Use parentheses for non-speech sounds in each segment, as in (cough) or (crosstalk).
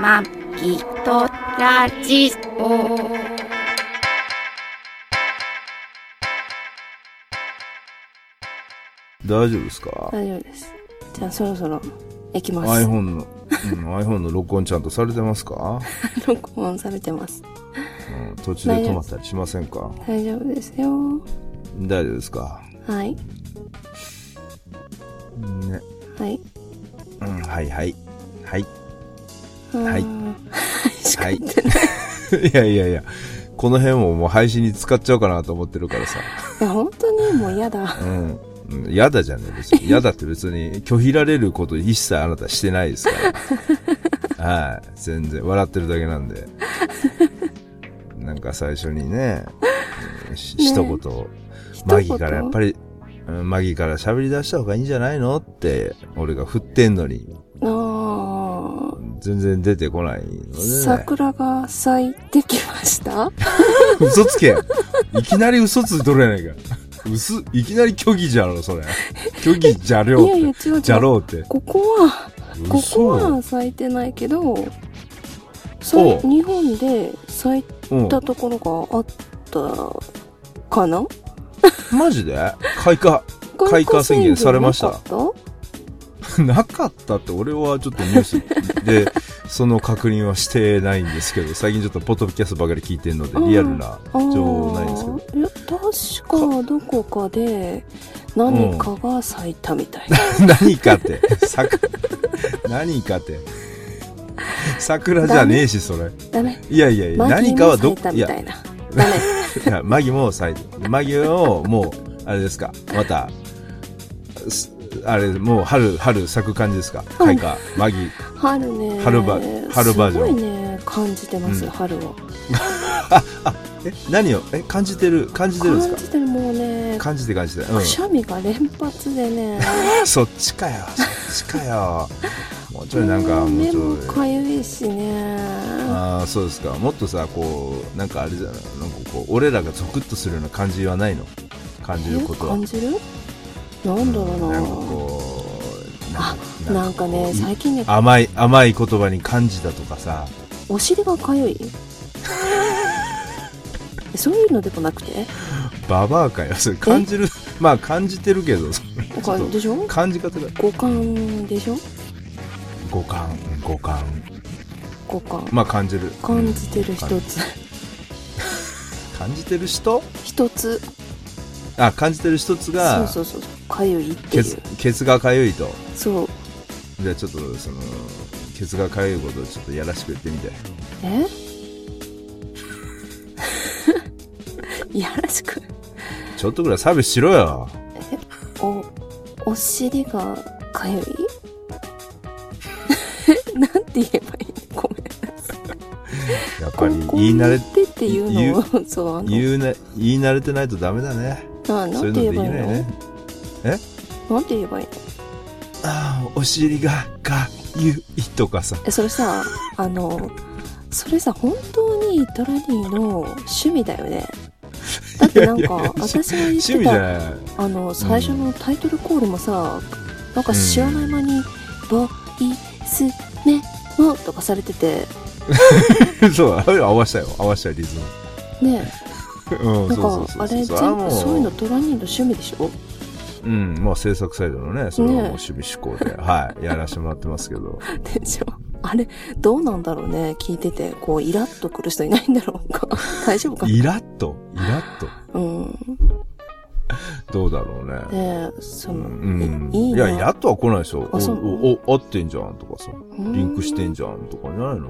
まきとラジオ。大丈夫ですか大丈夫ですじゃあそろそろ行きます iPhone の、うん iPhone の録音ちゃんとされてますか、録音されてますうん、途中で止まったりしませんか大丈夫ですよ大丈夫ですかはいね。はいうん、はいはい。はい。は (laughs) はいいしかはい。言いってない、い、や (laughs) いやいや。この辺ももう配信に使っちゃおうかなと思ってるからさ。や本当にもう嫌だうん。うんやだじゃねえ、別 (laughs) に。やだって別に拒否られること一切あなたしてないですから。はい。全然。笑ってるだけなんで。なんか最初にね、うんしねえ一言、一言マギからやっぱり、うんマギから喋り出した方がいいんじゃないのって、俺が振ってんのに、あ全然出てこないのあでね。桜が咲いてきました嘘つけいきなり嘘ついとるやないか。嘘、いきなり虚偽じゃろ、それ。虚偽じゃいろやいうや違うって。違うじゃろうって。ここはここ嘘は咲いてないけどさいお日本で咲いうんたところがあったかなマジで開花。 (laughs) 開花宣言されました開花宣言なかなっかったって、俺はちょっとニュースで、その確認はしてないんですけど、最近ちょっとポッドキャストばかり聞いてるので、リアルなあー情報ないんですけど。 (laughs) いや確かどこかで何かが咲いたみたいな、何かって、桜、 (laughs) 何かって。桜じゃねえし、それ。ダメいやいやいや、マギ何ーかもは咲どいたいみやた、いなダ (laughs) メいや、マギも最後。マギを、もう、あれですか。また、すあれ、もう春、春咲く感じですか。開花、マギ。春ね春バ春バージョンすごいね感じてます、うん春をえ、何を、え、感じてる、感じてるんです感かじてるもうね感じて感じて。うくん。しゃみが連発でねそっちかよ、そっちかよ。もうちょいなんか、もう目ちもょい。かゆいしねああ、そうですか。もっとさ、こう、なんかあれじゃない、なんかこう、俺らがゾクッとするような感じはないの感じることえは。感じるなんだろうな,、なんかこう、あかなんかこねう最近ね甘い甘い言葉に感じたとかさお尻がか (laughs) ゆいえそういうのでもなくてババアかよそれ感じるまあ感じてるけどそれなんちょかっとでしょ感じ方が五感でしょ五感五感五感まあ感じる感じてる一うんつ感じてる人一つあ感じてる一つそうがそうそうかゆいっていケうツケツがかゆいとそうじゃあちょっとそのケツがかゆいことをちょっとやらしく言ってみてえ (laughs) いやらしくちょっとぐらいサービスしろよおお尻がかゆい (laughs) なんて言えばいいのごめんやっぱりここ言い慣れってっていうのをそうあの言うな言い慣れてないとダメだねあなそういんうのでて言えきばないいいのねなんて言えばいいのああお尻がかゆいとかさえそれさあのそれさ本当にトラニーの趣味だよねだってなんいかやいやいや私が言っ趣味てじゃたないあの最初のタイトルコールもさ、なんか知らない間に「ボイスメモ」とかされてて (laughs) そうだ、合わせたよ、合わせたよ、リズム。ねうん、なんそうかそあうそれう全そ部う。あもそういうのトラニーの趣味でしょうん、まあ制作サイドのね、それはもうね趣味嗜好で、はい、やらせてもらってますけど。でしょあれどうなんだろうね聞いててこうイラッとくる人いないんだろうか大丈夫かなイラッと、イラッと。うんどうだろうね。ねえそうの、ん。いいいいなや、イラッとは来ないでしょ。おあそうお、お、合ってんじゃんとかさ、うんリンクしてんじゃんとかじゃないの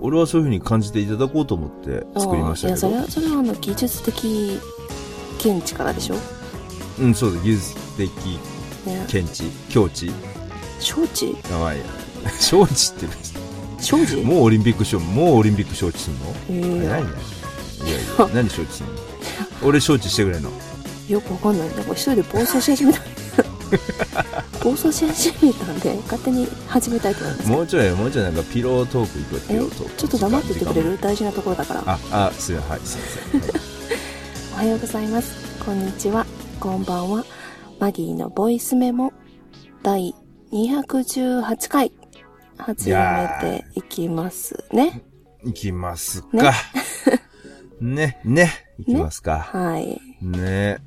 俺はそういう風に感じていただこうと思って作りましたけいやどそれは。それはあの技術的見地からでしょうん、そうだ、技術的ね見地、境地、招致やばいや。承知って別に招致もうオリンピックしよう、もうオリンピック承知すんのえいやいやいやーいや何承知すん (laughs) の俺承知してくれんのよくわかんないなんか一人で暴走し (laughs) 始めた暴走し始めたんで勝手に始めたいと思いますもうちょいもうちょいなんかピロートーク行こうピロートークちょっと黙っててくれる大事なところだからああすいませんはいすいませんおはようございますこんにちはこんばんはマギーのボイスメモ第218回始めていきますね。いきますか。ね、ね、いきますか。はい。ね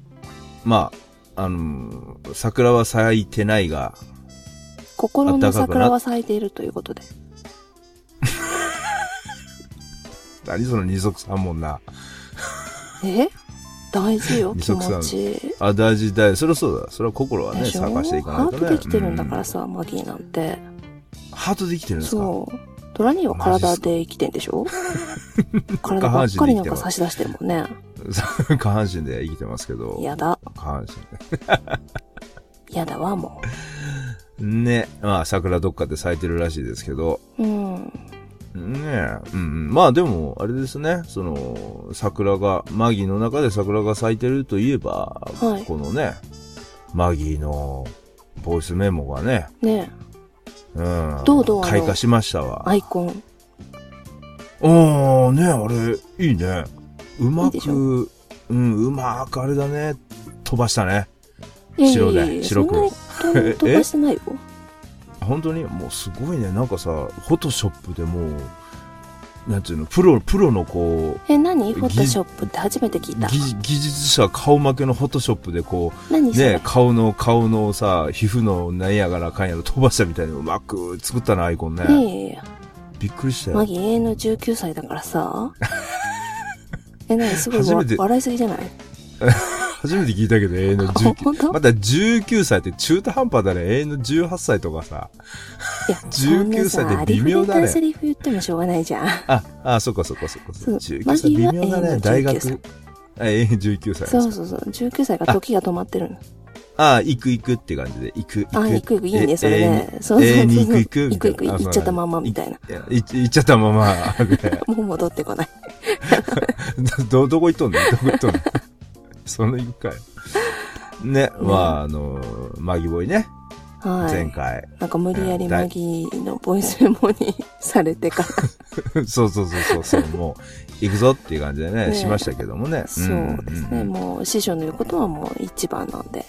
まあ、あのー桜は咲いてないが、心暖のかくな桜は咲いているということで。何その二足三もな。え大事 (laughs) よ、二気足持三ち。あ、大事だよ。そりゃそうだ。それは心はね、でしょ探していかないハとね。ートできてるんだからうさ、マギーなんて。んハートできてるんですかそう。ドラニーは体で生きてんでし (laughs) ょ下体ば半っ身かでり生きなんてかます差し出してるもんね。そう。 (laughs) 下半身で生きてますけど。やだ。下半やだわ、も身。ね。まあ、桜どっかで咲いてるらしいですけど。う。うん。ねえ。うんうん。まあでも、あれですね。その、桜が、マギーの中で桜が咲いてるといえば、はいこのね、マギーのボイスメモがね、ねうん。どうどうあの開花しましたえわ。アイコン。おー、ねあれ、いいね。うまいいでく、しょうん、うまくあれだね。飛ばしたね。いやいや白いだやよいや白くそんなに飛ばし (laughs) てないよ。本当に、もうすごいね。なんかさ、フォトショップでもう、なんていうの、プロ、プロのこう、え、何フォトショップって初めて聞いた技。技術者顔負けのフォトショップでこう、何それ、ね、顔の、顔のさ、皮膚のなんやからかんやら飛ばしたみたいにうまく作ったな、アイコンね。いやいやいや。びっくりしたマよ。ギ永遠の19歳だか (laughs) らさ。え、何すごい初わめて笑いすぎじゃない初めて聞いたけど、永遠の19。本当まだ19歳って中途半端だね。永遠の18歳とかさ。いや、 19そんなさ歳で微妙だねありふれたセリフ言ってもしょうがない (laughs) じゃん。あ、あ、そっかそっかそっか。そう19歳、微妙だマギーはね。永大遠の19学歳。あ、永遠19歳ですか。そうそうそう。19歳が時が止まってるの。あ、行く行くって感じで。行く行く。あ、行く行く、いいね、えそれね。そう永そう遠にそ行うそう。く行く行みくたいな行く、あ行っちゃったまんそまうなんだみたいな。いやい行っちゃったま (laughs) ま。でもう戻ってこない。ど、どこ行っとんのどこ行っとんの (laughs) その行くかい。ね、まあ、あの、マギボーイね。前は回。 (laughs) い。なんか無理やうりんだいマギーのボイスメモにされてから。そうそうそうそう (laughs) そう。もう、行くぞっていう感じでね、ねしましたけどもね。そうですんね。んもう師匠の言うことはもう一番なんで。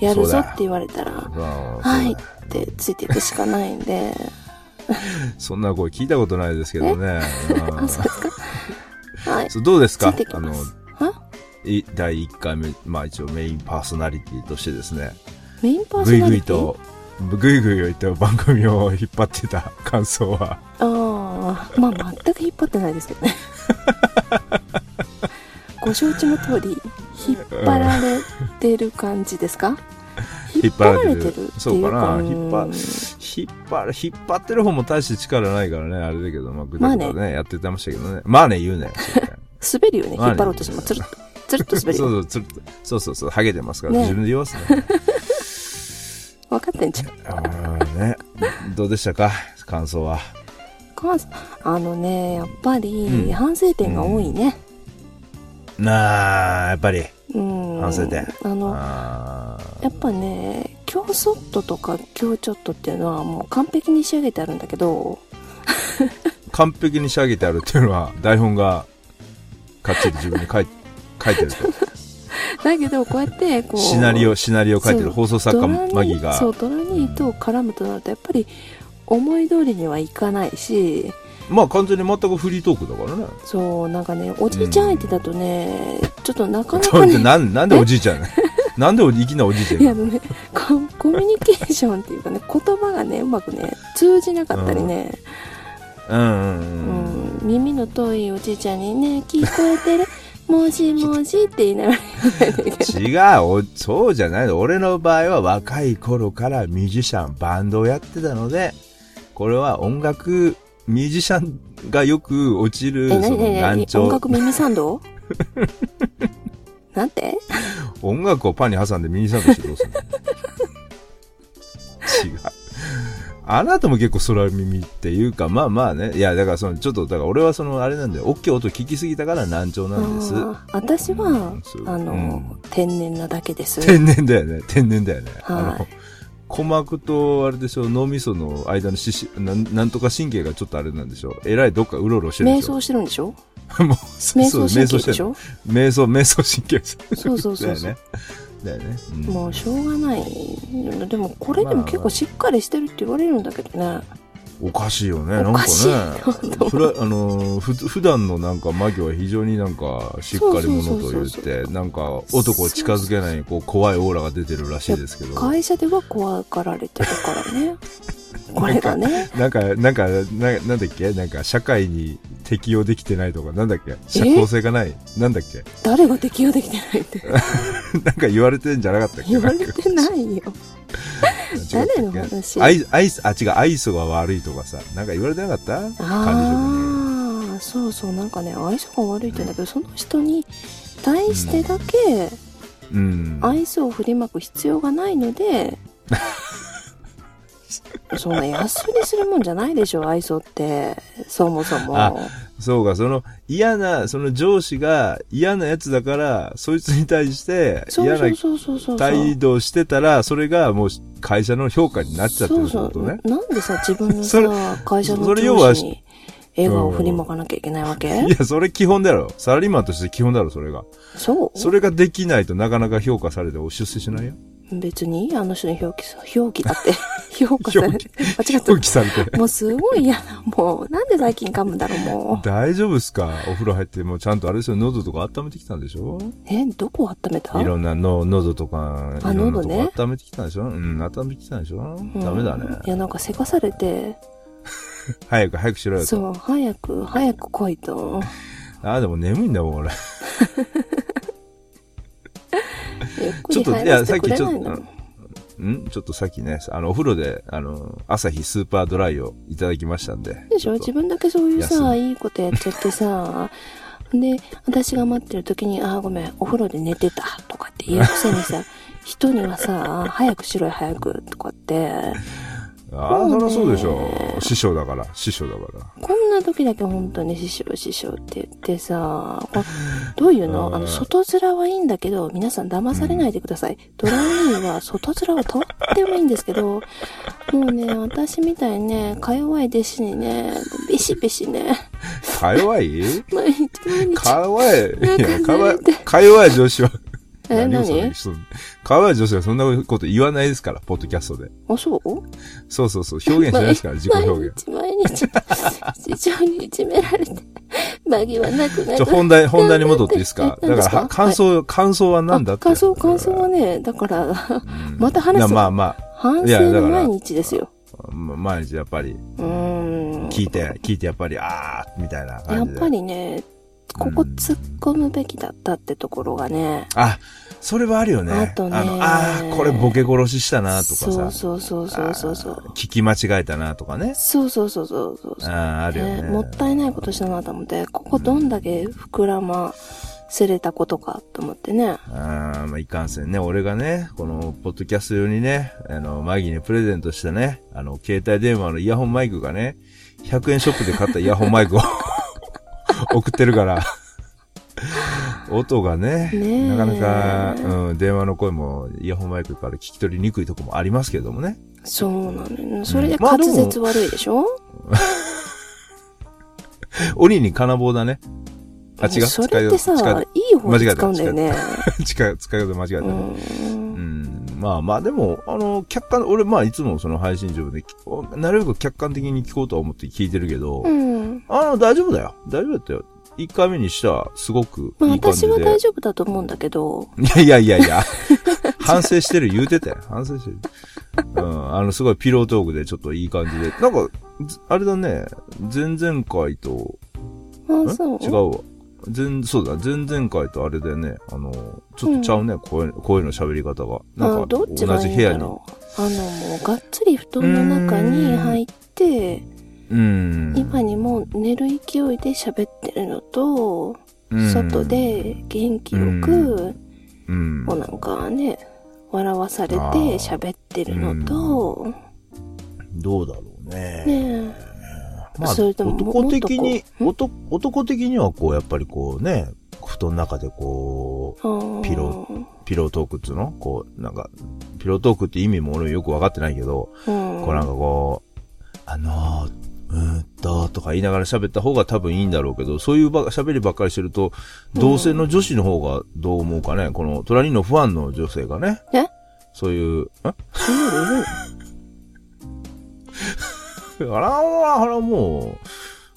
やるそぞうっだて言われたら、そうそうだはいってついていくしかないんで。そんな声聞いたことないですけどね。うんあ、そうですか。はい。そうどうですついかてきあまの、す。あい第1回目、まあ一応メインパーソナリティとしてですね、メインパーソぐいナぐリいティと、ぐいぐいを言って番組を引っ張ってた感想は、ああ、まあ全く引っ張ってないですけどね。 (laughs) ご承知の通り、引っ張られてる感じですか引引っっ張張らられれててるるっていうか。そうかな引っ張うん引っ張る、引っ張ってる方も大して力ないからね、あれだけど、まあぐだぐだね、まやってましたけどね。まあね、 (laughs) 言うね。滑るよね、引まあねっ張ろうとしても、つるっと、つるっとそ滑うるよ。そう、つるっとそうそうそう、ハゲてますから、ね自分で言わす (laughs) ね。分かってんじゃん。あーね。どうでしたか感想は。かあのね、やっぱうんり、反省点が多いね。なあ、やっぱり。うん。反省点あの、あーやっぱね、今日ソットとか今日ちょっとっていうのはもう完璧に仕上げてあるんだけど、完璧に仕上げてあるっていうのは台本がかっちり自分に (laughs) 書い書いてるとだけどこうやって、こう。シナリオシナリオ書いてるそう放送作家マギがそうドラニーと絡むとなるとやっぱり思い通りにはいかないしまあ完全に全くフリートークだからねそうなんかねおじいちゃん相手だとね、ちょっとなかななかんでねなんなんでおじいち (laughs) ゃんなんでおいきなおじいちゃんいやあのねココミュニケーションっていうかね言葉がねうまくね通じなかったりね、うんうんううんん耳の遠いおじいちゃんにね「聞こえてるもじもじ」って言いながら言わないといけな違いうおそうじゃないの俺の場合は若い頃からミュージシャンバンドをやってたのでこれは音楽ミュージシャンがよく落ちるえそ何の何難何音聴楽耳サ (laughs) ンドなんて音楽をパンに挟んでミニサンドしてどうすんの違う。 (laughs) あなたも結構空耳っていうか、まあまあね。いや、だからその、ちょっと、だから俺はその、あれなんだよ。大きい音聞きすぎたから難聴なんです。あー私は、うんそうあの、うん天然なだけです。天然だよね。天然だよね。はいあの、鼓膜と、あれでしょ、脳みその間のししなん、なんとか神経がちょっとあれなんでしょう。えらいどっかうろうろしてるん瞑でしょ。想してるんでしょ (laughs) もう、そ瞑うそう想神経でるしょ瞑想、瞑想神経です。そうそうそうだそようね。。だよね。うんもうしょうがない。でもこれでも結構しっかりしてるって言われるんだけどね。おかしいよね。なんおかかねしいよ。 (laughs) ふらあのーふ普段のなんか間際は非常になんかしっかり者と言っそうそうそうて、なんか男を近づけないこう怖いオーラが出てるらしいですけど。 (laughs) 会社では怖がられてるからねこれがねなんか、なんか、ななんだっけなんか社会に適用できてないとか、なんだっけ社交性がないなんだっけ (laughs) 誰が適用できてないってなんか言われてんじゃなかったっけ言われてい。ないよ誰の違ったっ話けアイアイス、あ、違う、愛想が悪いとかさ、なんか言われてなかった管ああそうそうなんかね相性が悪いって言うんだけど、その人に対してだけ理職に。うん。愛想を振りまく必要がないの (laughs) で、そんな安売りするもんじゃないでしょ愛想ってそもそもあそうか、その嫌な、その上司が嫌なやつだから、そいつに対してそ嫌うそなうそうそうそう態度をしてたら、それがもう会社の評価になっちゃってるってことね。そうそうなんでさ自分のそれさ会社のそれ要は上司に笑顔を振りまかなきゃいけないわけいや、それ基本だろ。サラリーマンとして基本だろ、それが。そうそれができないとなかなか評価されてお出世しないよ。別にいいあの人に表記さ表記 (laughs) だって評価されて間違った放棄されて。もうすごい嫌だもうなんで最近噛むんだろうもう大丈夫っすかお風呂入って、もうちゃんとあれですよ、喉とか温めてきたんでしょえどこ温めたいろんなの、喉とか、あいろんなと喉ねこ温めてきたんでしょうん、温めてきたんでしょうんダメだいやね。なんかせかされて早く早くしろよと。そう早く早く来 (laughs) いとああ、でも眠いんだもん、俺。ゆっくちょりっと、入いや、らせさってくきれちょなっいと、のうんちょっとさっきね、あの、お風呂で、あの、朝日スーパードライをいただきましたんで。でしょち自っ分だけそういうさ休いいことやっちゃってさで私が待ってる時に「ああごめんお風呂で寝てた」とかって言うくせにさ人にはさ「早くしろよ早く」とかってとああ、そりゃそうでしもうねょ。師匠だから、師匠だから。こんな時だけ本当に師匠師匠って言ってさこれどういうのうんあの外面はいいんだけど皆さん騙されないでください、ドライーは外面はとってもいいんですけどもうね私みたいにねか弱い弟子にねビシビシね (laughs) か弱い毎日毎日か弱い。いなんかや、か弱いされて。か弱い女子は。え何をそれ何そのか弱い女子はそんなこと言わないですから、ポッドキャストで。あ、そうそうそうそう、表現しないですから、自己表現。毎日、毎日、非常にいじめられて、間際なくなちょ、く。本題、本題に戻っていいです (laughs) かえだか何ですら、かは感想、感想は何だって。感想、感想はね、だから、うんまた話すなまあま反いや省だのから毎日ですよ。あ、ま毎日やっぱり、うーん。聞いて、聞いてやっぱり、ああ、みたいなや感っじで。ぱりね、ここ突っ込むべきだったってところがね、あ、それはあるよね。あとねの、あーこれボケ殺ししたなとかそうさ。そうそうそうそうそうあー。聞き間違えたなとかね。そうそうそうそうそうあ。ーあるよね。ねもったいないことしたなと思って、ここどんだけ膨らませれたことかと思ってね。あーまあ、いかんせんね、俺がね、この、ポッドキャスト用にね、あの、マギにプレゼントしたね、あの、携帯電話のイヤホンマイクがね、100円ショップで買ったイヤホンマイ (laughs) クを送ってるから、音がね、ねえなかなか、うん、電話の声もイヤホンマイクから聞き取りにくいとこもありますけどもね。そうなのよ。それでまあ滑でも舌悪いでしょ、鬼に金棒だね。あ、違う。それって使いさ方、いい方に使うんだよね。使い方、使い方間違えたうね。んうんまあまあでも、あの、客観、俺まあいつもその配信上で、なるべく客観的に聞こうとは思って聞いてるけど、うん。あの、大丈夫だよ。大丈夫だったよ。一回目にしたら、すごくまあいい感じ私で。は大丈夫だと思うんだけど、いやいやいやい (laughs) や。反省してる言うてたよ。反省してる。うん、あの、すごいピロートークでちょっといい感じで。なんか、ずあれだね、前々回と、あんそう違うわ。全、そうだ、前々回とあれだよね、あの、ちょっとちゃうね、声、声の喋り方が。なあんか、ど同っちがいじい部ん屋だにろう。あの、もうがっつり布団の中に入って、うん。今にもう寝る勢いで喋ってるのと、うん外、で元気よく、うんもうなんかね、笑わされてあー喋ってるのと、どうだろうね。ねえまあ、それとも男的もっにと、こう男男的にはこう、やっぱりこうね、布団の中でこあーピロう、ピロートークっつうのこう、なんか、ピロートークって意味も俺よくわかってないけど、うんこうなんかこう、あのー、うーんと、とか言いながら喋った方が多分いいんだろうけど、そういうば喋りばっかりしてると、同性の女子の方がどう思うかね、この、トラニーのファンの女性がね、えそういう、んそんなのいるのあらあらも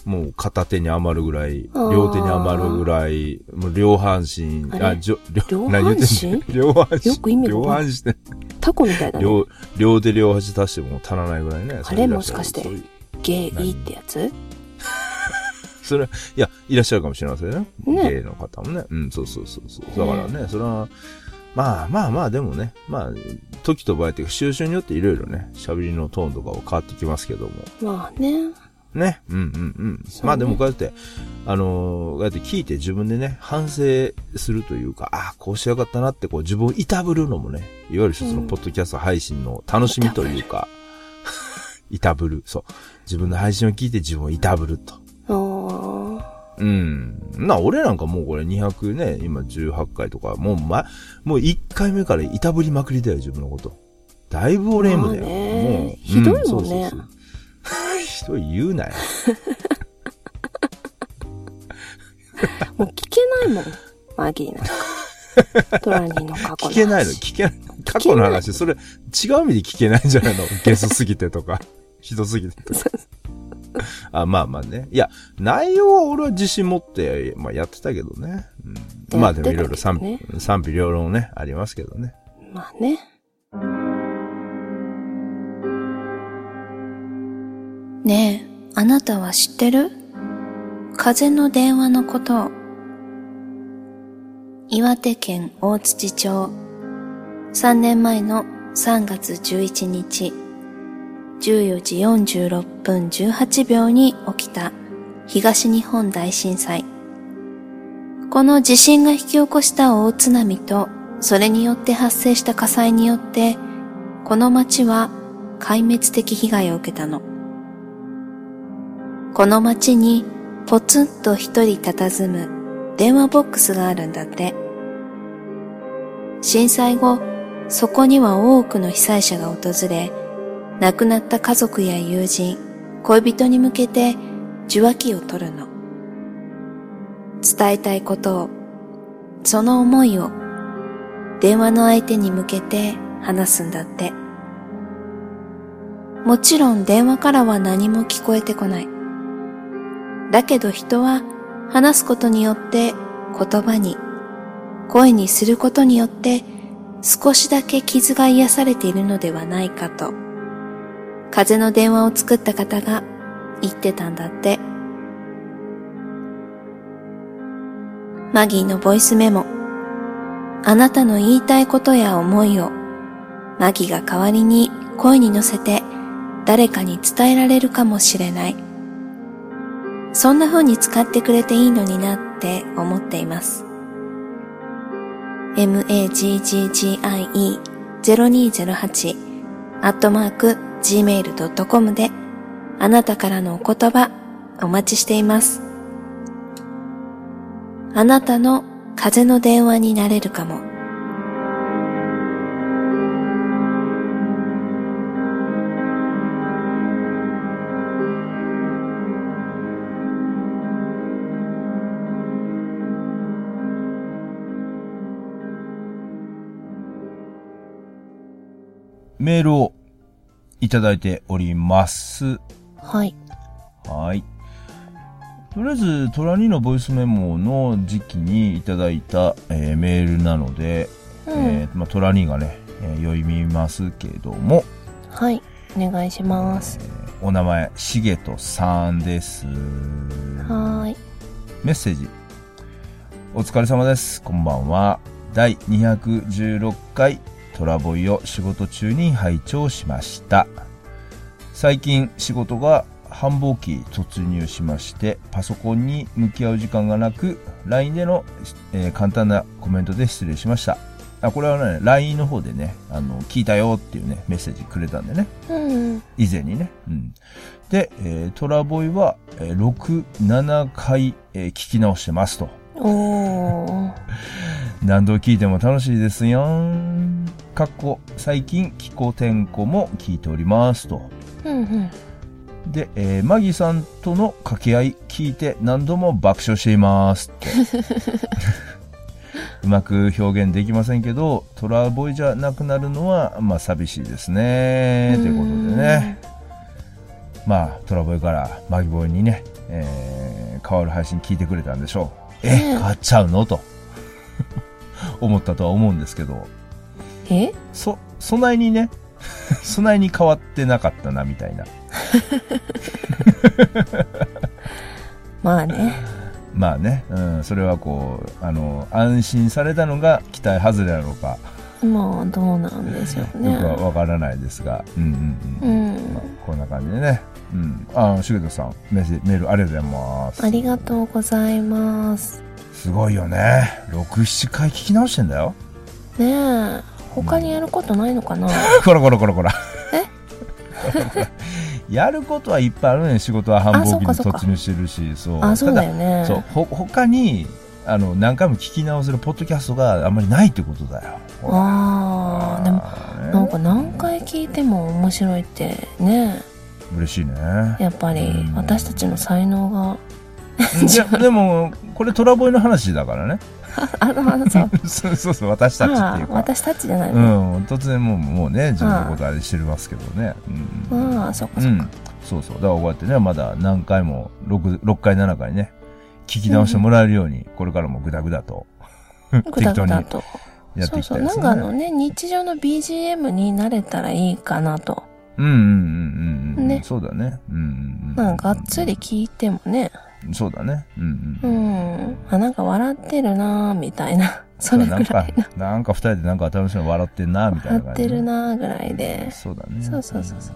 う、もう片手に余るぐらい、両手に余るぐらい、もう両半身、あれじょ両両何言ってん (laughs) (laughs) の両半身。よく意味両わかん半身で、タコみたいだね。両、両手両端足しても足らないぐらいね。そもしかしてそういうゲイってやつそれ、いや、いらっしゃるかもしれませんね。ね芸の方もね。うん、そうそうそうそう。だからね、それは、まあまあまあ、でもね、まあ、時と場合っていうか、収集によっていろいろね、喋りのトーンとかは変わってきますけども。まあね。ね。うんうんうん。そうねまあでもこうやって、あのーこうやって聞いて自分でね、反省するというか、ああ、こうしてよかったなって、こう自分をいたぶるのもね、いわゆる一つのポッドキャスト配信の楽しみというか、いたぶる。そう。自分の配信を聞いて自分をいたぶると。あーうん。な、俺なんかもうこれ200ね、今18回とか、もうま、もう1回目からいたぶりまくりだよ、自分のこと。だいぶ俺もだよ。まあねもう。ひどいもんねうそう (laughs) そうそうひどい言うなよ。もう聞けないもん。マギーなん (laughs) か。ドラニーの過去聞けないの、話聞けない。過去の話、それ、違う意味で聞けないんじゃ (laughs) ないのゲスすぎてとか、ひどすぎてとか。あ、まあまあね。いや、内容は俺は自信持って、まあやってたけどね。うん、まあでもいろいろ賛やってたけ否、賛否両論ね、ありますけどね。まあね。ねえ、あなたは知ってる風の電話のこと。岩手県大槌町。3年前の3月11日、14時46分18秒に起きた東日本大震災。この地震が引き起こした大津波と、それによって発生した火災によって、この町は壊滅的被害を受けたの。この町にポツンと一人佇む電話ボックスがあるんだって。震災後、そこには多くの被災者が訪れ、亡くなった家族や友人、恋人に向けて受話器を取るの。伝えたいことを、その思いを、電話の相手に向けて話すんだって。もちろん電話からは何も聞こえてこない。だけど人は話すことによって言葉に、声にすることによって少しだけ傷が癒されているのではないかと、風の電話を作った方が言ってたんだって。マギーのボイスメモ。あなたの言いたいことや思いを、マギーが代わりに声に乗せて誰かに伝えられるかもしれない。そんな風に使ってくれていいのになって思っています。maggie0208 アットマーク gmail.com であなたからのお言葉お待ちしています。あなたの風の電話になれるかも。メールをいただいております。はい。はい。とりあえず、トラニーのボイスメモの時期にいただいた、えーメールなので、えーまあ、トラニーがね、えー読みますけども、はい。お願いします。お名前、しげとさんです。はーい。メッセージ。お疲れ様です。こんばんは。第216回トラボイを仕事中に拝聴しました。最近仕事が繁忙期突入しまして、パソコンに向き合う時間がなく、LINE での、えー簡単なコメントで失礼しました。あ、これはね、LINE の方でね、あの、聞いたよっていうね、メッセージくれたんでね。うん。以前にね。うん、で、えートラボイは、えー6、7回、えー聞き直してますと。おー。何度聞いても楽しいですよん。かっこ、最近気候天候も聞いておりますと。うんうん。で、えーマギさんとの掛け合い聞いて何度も爆笑していますって。うまく表現できませんけど、トラボイじゃなくなるのは、まあ寂しいですね。ということでね。まあ、トラボイからマギボイにね、えー変わる配信聞いてくれたんでしょう。え、ねえ変わっちゃうのと (laughs) 思ったとは思うんですけど、えそ、そないにね、 (laughs) そないに変わってなかったな、みたいな。まあね。まあね、うん、それはこう、あの、安心されたのが期待外れなのか、まあ、どうなんでしょうね。よくはわからないですが、うんうんうん。うんまあ、こんな感じでね。うん。あ、しげとさん、メッセージ、メールありがとうございます。ありがとうございます。すごいよね。6、7回聞き直してんだよ。ねえ、他にやることないのかな (laughs) こらこらこらこら。えやることはいっぱいあるね。仕事は繁あそ忙う期にかそうか突入してるし、そう。あ、そうだよたね。そう、ほ、他に、あの、何回も聞き直せるポッドキャストがあんまりないってことだよ。ほらああ、でも、なんか何回聞いても面白いってね、嬉 (laughs) しいね。やっぱりうん私たちの才能が、じゃでも、これトラボイの話だからね。 (laughs) あの、あのさ、そうそうそう、私たちっていあうか。あ、私たちじゃないうの。ん、突然もうもうね自分のことあれしてますけどね、うんああ、そっかうそっんか。そうそうだからこうやってねまだ何回も 6, 6回7回ね聞き直してもらえるように、これからもグダグダとぐだぐだと。やっそていうきたそう。いでなんすねかあのね、日常の BGM に慣れたらいいかなと。うんうんうんうんうん、ねそうだねうんうんうんまあ、がっつり聞いてもね、そうだねうんううん、ん、あ、なんか笑ってるなーみたいな。 (laughs) それぐならんかいな。なんか二人でなんか楽しいの笑ってんなみたい笑な感っじてるなーぐらいで。そうだねそうそうそうそう。だか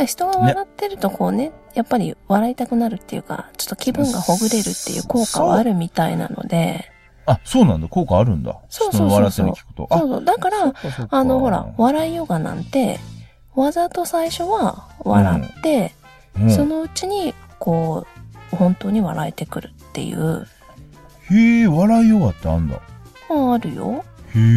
ら人が笑ってるとこうね、やっぱり笑いたくなるっていうか、ちょっと気分がほぐれるっていう効果はあるみたいなので、あそうなんだ効果あるんだそうそうそうそ人のう笑ってるの聞くとそうそう。だかあそっら、かそっかあのほら、笑いヨガなんて、わざと最初は笑って、うんそのうちに、こう、本当に笑えてくるっていう、へえ、笑いヨガってあんだ。へまああるよ。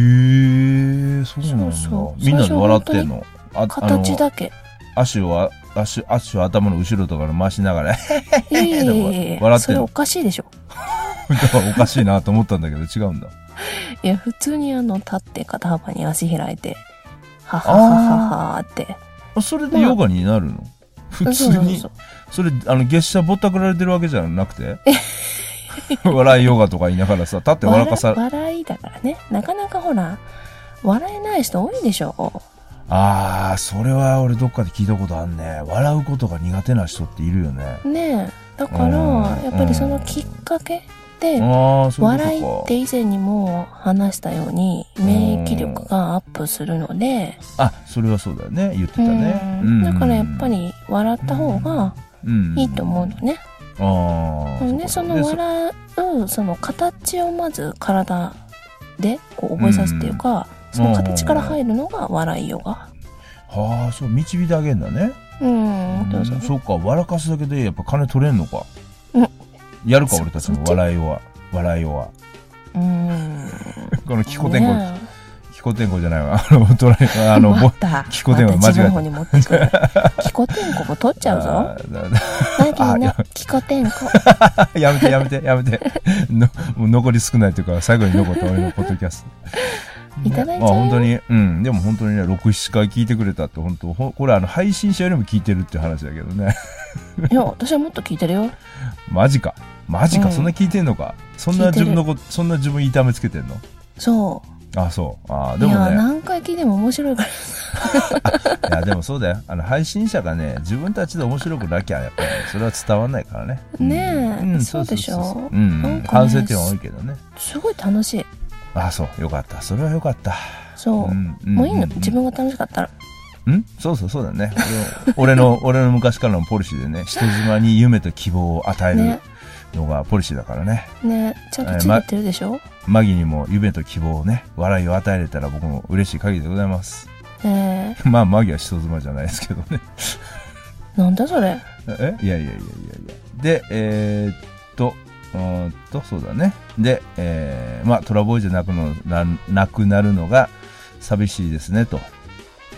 え、そうなんだ。そうそうみんなで笑ってんの。あ形あのだけ。足をあ、足、足を頭の後ろとかの回しながら、いやいやいや (laughs) い笑ってやんのそれおかしいでしょ。だからおかしいなと思ったんだけど違 (laughs) うんだ。いや、普通にあの、立って肩幅に足開いて、はははははって。あそれでヨガになるの、普通そうそうにそ。うそれ、あの、月謝ぼったくられてるわけじゃなくて (laughs) 笑いヨガとか言いながらさ、立って笑かさ、笑いだからね。なかなかほら、笑えない人多いでしょ。あー、それは俺どっかで聞いたことあんね。笑うことが苦手な人っているよね。ねえ。だから、うんやっぱりそのきっかけで、あー、そう笑いういこっとて以前にも話したように免疫力がアップするので、か。あ、それはそうだよね。言ってたね。ううんんだからやっぱり笑った方がうんいいと思うのね。ああ、うんね、そのい笑うその形をまず体でこう覚えさすっていうか、その形から入るのが笑いヨガ。はあそう導いてあげんだねうん、どうぞん。そうか笑かすだけでやっぱ金取れんのか、うんやるか俺たちそそのっち笑いは笑い (laughs) はうん。このキコ天狗ねキコ天狗じゃないわ (laughs) あのトライあのまぼた、気候天候また自分間の方に持って (laughs) くる。気候天候も取っちゃうぞ。あーだなぎあいのや気候天候。だ (laughs) やめてやめてやめて (laughs) のもう残り少ないというか最後に残った俺のポッドキャスト (laughs) いただいちゃうよまあ本当にうんでも本当にね67回聞いてくれたって本当ほこれあの配信者よりも聞いてるっていう話だけどねいや、私はもっと聞いてるよ。マジか。マジか、うんそんな聞いてんのか。そんな聞いて自分るのこと、そんな自分痛めつけてんのそあ、そう。あう。でもいや、ね。何回聞いても面白いから。いや、でもそうだよ。あの、配信者がね、自分たちで面白くなきゃ、やっぱり、それは伝わんないからね。ねえんそうでしょそうそうそううん、うなんん。かね反省点は多いけどね。すごい楽しい。あ、そう。よかった。それはよかった。そう。んんもういいのん自分が楽しかったら。うんそうそうそうだね。俺の、俺の昔からのポリシーでね、人妻に夢と希望を与えるねのがポリシーだからね。ねえちゃんとついてってるでしょ、マギにも夢と希望をね、笑いを与えれたら僕も嬉しい限りでございます。 (laughs) ねまあ、マギは人妻じゃないですけどね。 (laughs) えなんだそれ。えいやいやいやいやいや。で、えー、っと、うーんと、そうだね。で、えー、まあ、トラボーイじゃなくのな、なくなるのが寂しいですね、と。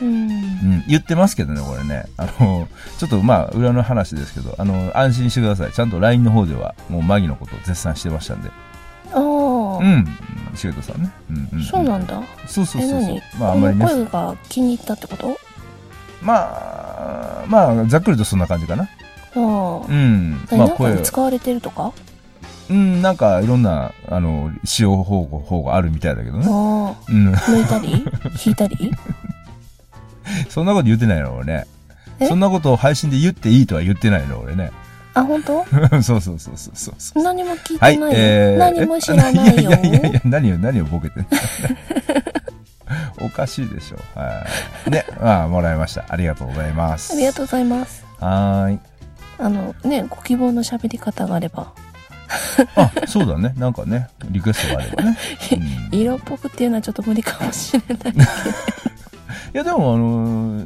うんう。ん、言ってますけどね、これね。あの、ちょっとまあ、裏の話ですけど、あの、安心してください。ちゃんと LINE の方では、もうマギのことを絶賛してましたんで。あうあ、ん、シュートさんね。うん、うん。そうなんだ。そうそうえ、そうそう何。まあ、あんこまのりね、声が気に入ったってことままあざっくりとそんな感じかなあうあ。んま何あなんか声に使われてるとかうんなんかいろんなあの使用方法法があるみたいだけどねうあん (laughs) あ。抜いたり引いたりそんなこと言ってないの俺ねえそんなことを配信で言っていいとは言ってないの俺ね (laughs) あ、本当？そうそうそうそうそうそう何も聞いてはないいよ。、えー、何も知らない (laughs) よ。やいやいやいや、何を、何をボケてんの (laughs) おかしいでしょ。はい。ね、まあ、もらいました。ありがとうございます。ありがとうございます。はーい。あの、ね、ご希望の喋り方があれば。あ、そうだね。なんかね、リクエストがあれ (laughs) ばね。うん、い色っぽくっていうのはちょっと無理かもしれない。や、でも、あの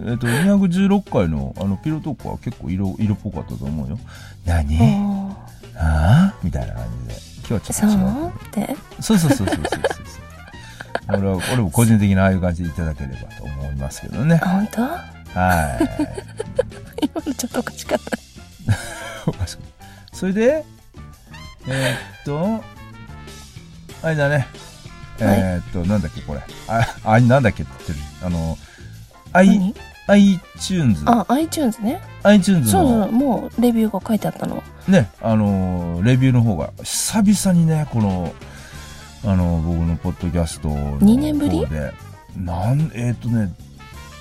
ー、えっと、216回の、あの、ピロトークは結構色、色っぽかったと思うよ。何、あああみたいな感じで。今日はあち (laughs) そょうっと違う。って。そうそうそうそうそうそうそう。俺は、俺も個人的にああいう感じでいただければと思いますけどね。あ本当？はい。今のちょっとおかしかった。おかしくないそれでえーっとあれだねはいえーっと、なんだっけこれああなんだっけって言ってるあの i 何 iTunes あ、iTunes ね。 iTunes そうそのう、もうレビューが書いてあったの。ねあのーレビューの方が久々にねこのあの僕のポッドキャストの二年ぶり方でなんえーっとね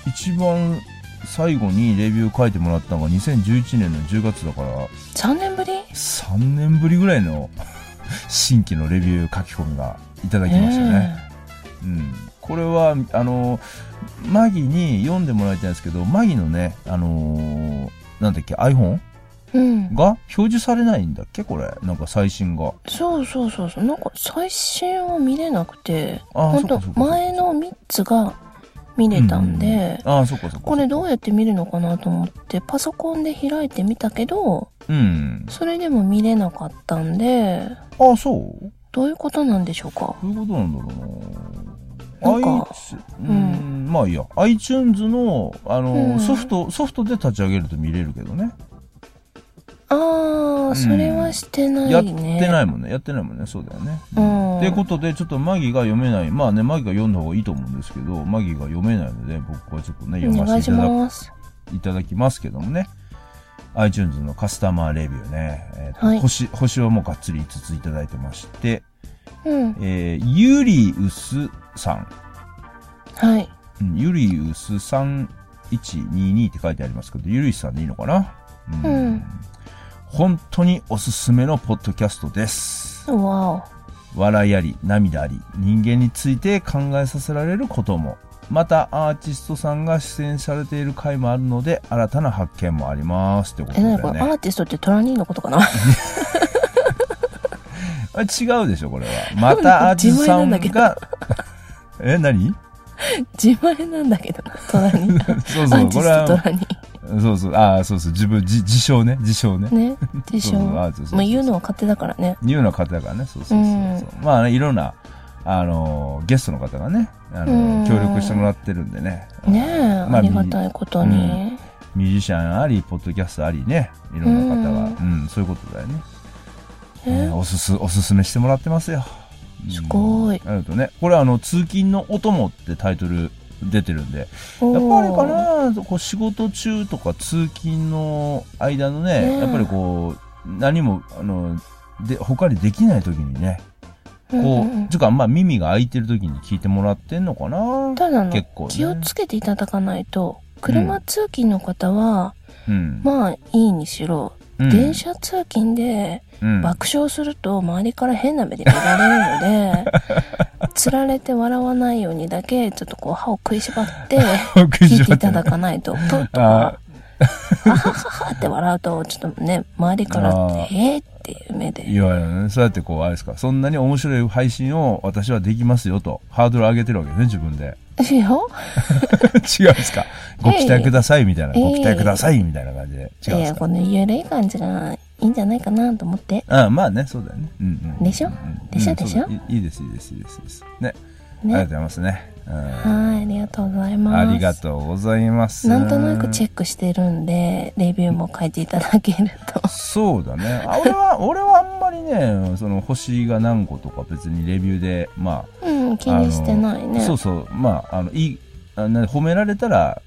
一番最後にレビュー書いてもらったのが2011年の10月だから3年ぶり3年ぶりぐらいの (laughs) 新規のレビュー書き込みがいただきましたね、うん、これはあのマギに読んでもらいたいんですけどマギのねあのなんだっけ iPhone ええうん。が表示されないんだっけこれなんか最新がそうそうそうそう。なんか最新は見れなくて、あほんそとっかそっか前の3つが見れたんうんうで、ああそっかそっかこれどううやって見るのかなと思って、パソコンで開いてみたけど、うんそれでも見れなかったんで、ああそうどういうことなんでしょうかどういうことなんだろなうんなか iTunes うんまあいいや iTunes のあの、うんソフトソフトで立ち上げると見れるけどねあー、んそれはしてないね。やってないもんね。やってないもんね。そうだよね。うんってことで、ちょっとマギが読めない。まあね、マギが読んだ方がいいと思うんですけど、マギが読めないので、僕はちょっとね、読おま願いせしていただます。いただきますけどもね。iTunes のカスタマーレビューね。えーとはい星、星はもうがっつり5ついただいてまして、うん。えー、ユリウスさん。はい。うんユリウス3122って書いてありますけど、ユリウスさんでいいのかなうん本当におすすめのポッドキャストです。わお。笑いあり、涙あり、人間について考えさせられることも、またアーティストさんが出演されている回もあるので、新たな発見もあります。ってことえ、だなによこれ、ねア。ーティストってトラニーのことかな (laughs) あ違うでしょ、これは。またアーティストさん自前な (laughs) が、え、何自前なんだけどな、トラニー。 (laughs) そうアそう、ーテこれィストはト、ラニそうそう、ああ、そうそう、自分、自自称ね、自称ね。ー。ね。でしそょ。うそうまアあーティストそうそう言うのは勝手だからね。ニューな方だからね、そうそうそうそう、まあね、いろんな、あのーゲストの方がね、あのーうん協力してもらってるんでね。ねえ、あまありがたいことに。ミュージシャンあり、ポッドキャストありね、いろんな方が、うん、そういうことだよね。えねおすす、おすすめしてもらってますよ。うんすごいなるとね、これあの、通勤のお供ってタイトル出てるんで、やっぱりかな、こう仕事中とか通勤の間のね、ねえやっぱりこう、何も、あの、で、他にできない時にね、ここう、んんちょっとまあ耳が開いてる時に聞いてもらってんのかなただの、結構ね気をつけていただかないと、車通勤の方は、うん。まあいいにしろ、うん電車通勤でうん爆笑すると周りから変な目で見られるので、つられて笑わないようにだけ、ちょっとこう歯を食いしばって、食い聞しいてばいってたねだかないと、プッとか、ああはははって笑うと、ちょっとね、周りからあー、えー、っていう目で。いわゆるね、そうやってこう、あれですか、そんなに面白い配信を私はできますよと、ハードル上げてるわけですね、自分で。 (laughs) いいよ違うんですかご期待くださいみたいな、ええご期待くださいみたいな感じで。違うんいでや、すこかのゆるい感じがいいんじゃないかなと思って。ああまあね、そうだよね。うんうん。でしょうんうんでしょうんでしょそうだいいいいです、いいです、いいですいいです。ね。ありがとうねご。ざいますね。うんはい、ありがとうございます。ありがとうございます。なんとなくチェェッックしてるんで、レビューも書いていただけると。ク。そうだね。あ俺は、 (laughs) 俺はあんまりね、その星が何個とか別にレビューで、まあ、うん、気にしてないね。そうそうまああのいいあな褒められたら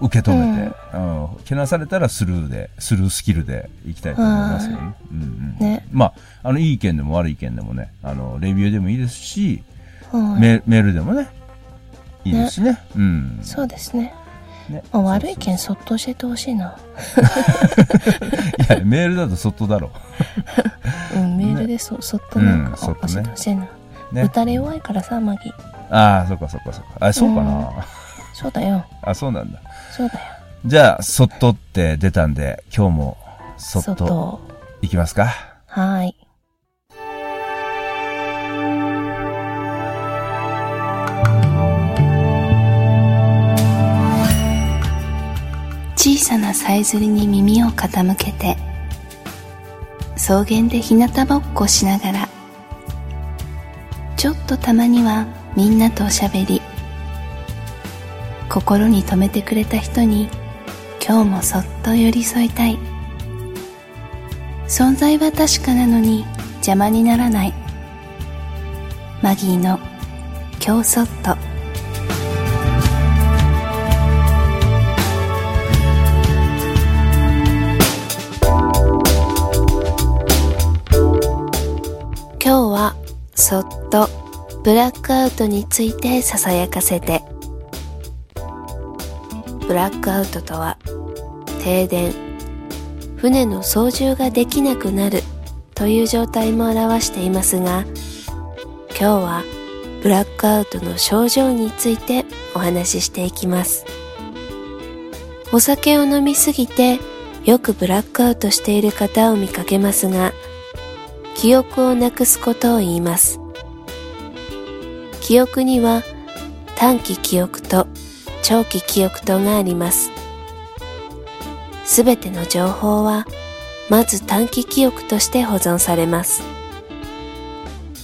受け止めて、うんけなされたらスルーでスルースキルでいきたいと思いますよね,、うんうん、ねまああのいい意見でも悪い意見でもねあのレビューでもいいですし、はい。メメールでもねいいですしねうんそうですね。ねあ悪い意見そっと教えてほしいな。いやメールだとそっとだろうん、メールでそ,、そっとなんうんか、そっとあね教えてほしいな。う、ね打、たれ弱いからさ、マギ。ああそっかそっかそっかあそうかな、そうだよ。あそうなんだそうだよ。じゃあそっとって出たんで今日もそっと外いきますかはーい。小さなさえずりに耳を傾けて草原で日向ぼっこしながらちょっとたまにはみんなとおしゃべり心に留めてくれた人に今日もそっと寄り添いたい存在は確かなのに邪魔にならないマギーの「今日そっと」今日はそっとブラックアウトについてささやかせてブラックアウトとは停電船の操縦ができなくなるという状態も表していますが今日はブラックアウトの症状についてお話ししていきますお酒を飲みすぎてよくブラックアウトしている方を見かけますが記憶をなくすことを言います。記憶には短期記憶と長期記憶とがあります。すべての情報はまず短期記憶として保存されます。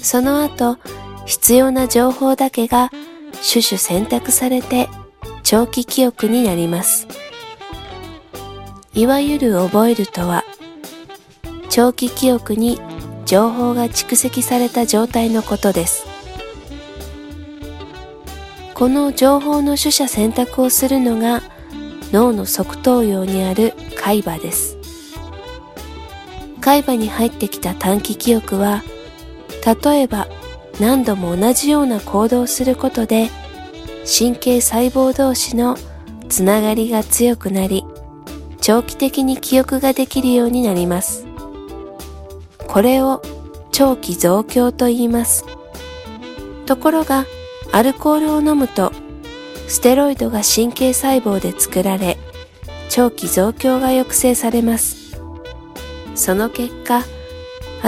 その後、必要な情報だけが種々選択されて長期記憶になります。いわゆる覚えるとは、長期記憶に情報が蓄積された状態のことですこの情報の取捨選択をするのが脳の側頭葉にある海馬です海馬に入ってきた短期記憶は例えば何度も同じような行動をすることで神経細胞同士のつながりが強くなり長期的に記憶ができるようになりますこれを長期増強と言います。ところが、アルコールを飲むと、ステロイドが神経細胞で作られ、長期増強が抑制されます。その結果、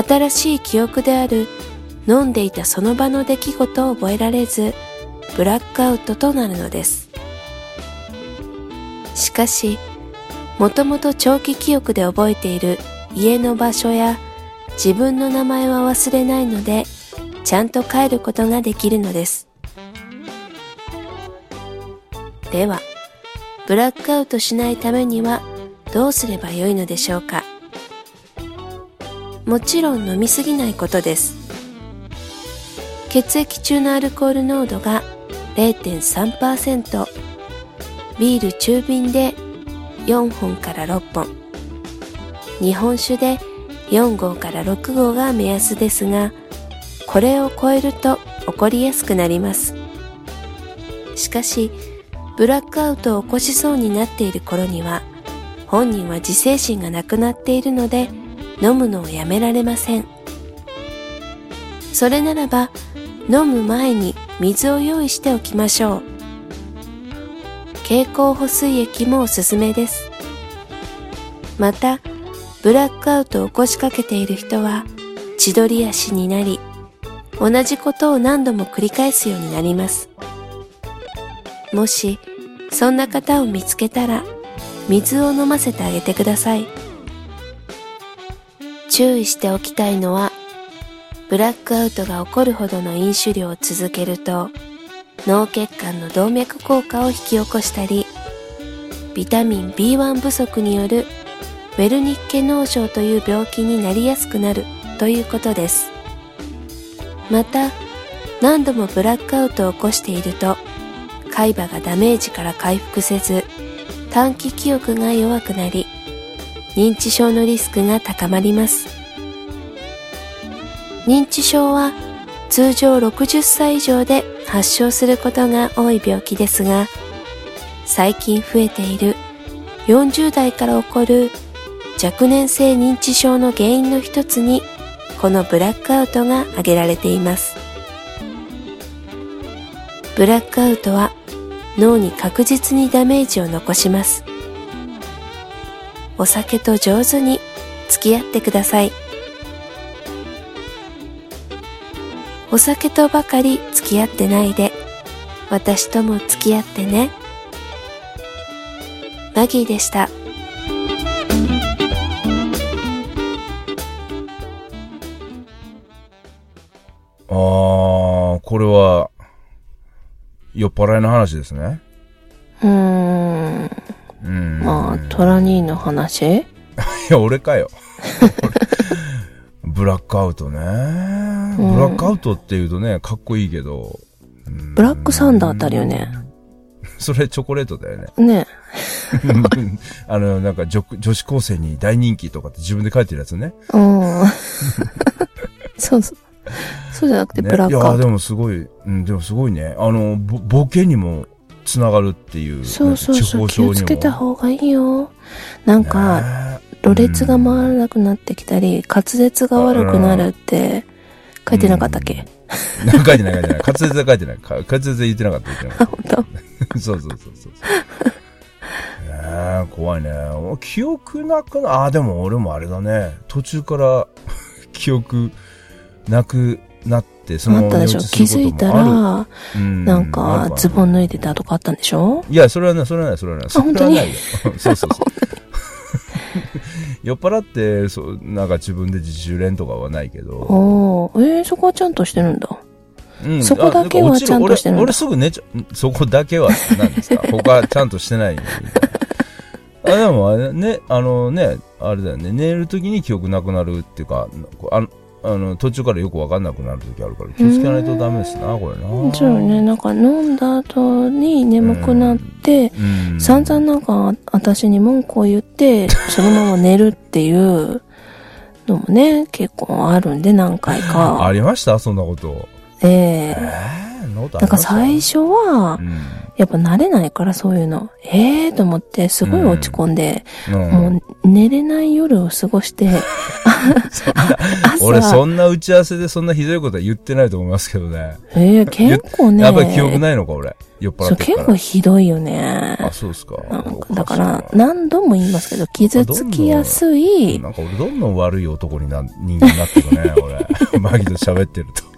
新しい記憶である飲んでいたその場の出来事を覚えられず、ブラックアウトとなるのです。しかし、もともと長期記憶で覚えている家の場所や自分の名前は忘れないので、ちゃんと帰ることができるのです。では、ブラックアウトしないためにはどうすればよいのでしょうかもちろん飲みすぎないことです。血液中のアルコール濃度が0.3%、ビール中瓶で4本から6本、日本酒で4号から6号が目安ですがこれを超えると起こりやすくなりますしかしブラックアウトを起こしそうになっている頃には本人は自制心がなくなっているので飲むのをやめられませんそれならば飲む前に水を用意しておきましょう経口補水液もおすすめですまたブラックアウトを起こしかけている人は千鳥足になり同じことを何度も繰り返すようになりますもしそんな方を見つけたら水を飲ませてあげてください注意しておきたいのはブラックアウトが起こるほどの飲酒量を続けると脳血管の動脈硬化を引き起こしたりビタミン B1 不足によるウェルニッケ脳症という病気になりやすくなるということですまた何度もブラックアウトを起こしていると海馬がダメージから回復せず短期記憶が弱くなり、認知症のリスクが高まります。認知症は通常60歳以上で発症することが多い病気ですが、最近増えている40代から起こる若年性認知症の原因の一つにこのブラックアウトが挙げられています。ブラックアウトは脳に確実にダメージを残します。お酒と上手に付き合ってください。お酒とばかり付き合ってないで、私とも付き合ってね。マギーでした。あー、これは、酔っ払いの話ですね。うーん。うん。まあ、トラニーの話いや、俺か (laughs) よ。ブラックアウトね。ブラックアウトって言うとね、かっこいいけど、ブラックサンダーたるよね。それチョコレートだよね。ねあの、なんか女女子高生に大人気とかって自分で書いてるやつね。うん。 (laughs) そうそう。そうじゃなくて、ねブラッいクアや、ウでト。もすごい、うん、でもすごいね。あの、ぼボケにもつながるっていう、そうそうそう。気をつけたが方がいいよ。なんか、か、ろれつが回らなくなってきたり、滑舌が悪くなるって書いてなかったっけ、ね書いてない書いてない。滑舌は書いてない。か滑舌は言ってなかった。言ってなかっあ、本当。た (laughs) そうそうそうそうそう。ねえ怖いね。記憶なくな、あ、でも俺もあれだね。途中から (laughs) 記憶なくなって、そのあったでしょ寝落気ちすづるいことたもあるら、うんなんか、ズボン脱いで。たとかあったんでしょいや、それはない、それはない、それはない。それ本は当にないよ。 (laughs) そうそうそう。酔っ払って、そう、なんか自分で自主練とかはないけど。おー、えー、そこはちゃんとしてるんだ。うんそこだけはあなんか落るちゃんとしてるんだ俺、俺すぐ寝ちゃ、そこだけは、なんですか他はちゃんとしてないみたい (laughs) な。あでもあれね、あのね、あれだよね、寝るときに記憶なくなるっていうか、あの、あの途中からよくわかんなくなるときあるから、気をつけないとダメですな、これな。そうね、なんか飲んだ後に眠くなって、うん。散々なんか私に文句を (laughs) 言って、そのまま寝るっていうのもね、結構あるんで何回 (laughs) あか。りましたそんなこと。えええー、そんなことあなりんかました最初はう、んやっぱ慣れないからそういうの。ええー、と思って、すごい落ち込んで、うんもう寝れない夜を過ごして、 (laughs) あ朝、俺そんな打ち合わせでそんなひどいことは言ってないと思いますけどね。ええ結構ね、やっぱり記憶ないのか、俺。酔っ払そう、ってるか結ら。構ひどいよね。あ、そうですか。なんかだから、な何度も言いますけど、傷つきやすい、なんか俺どんどん悪い男にな、人間になってるね、 (laughs) 俺。マギと喋ってると。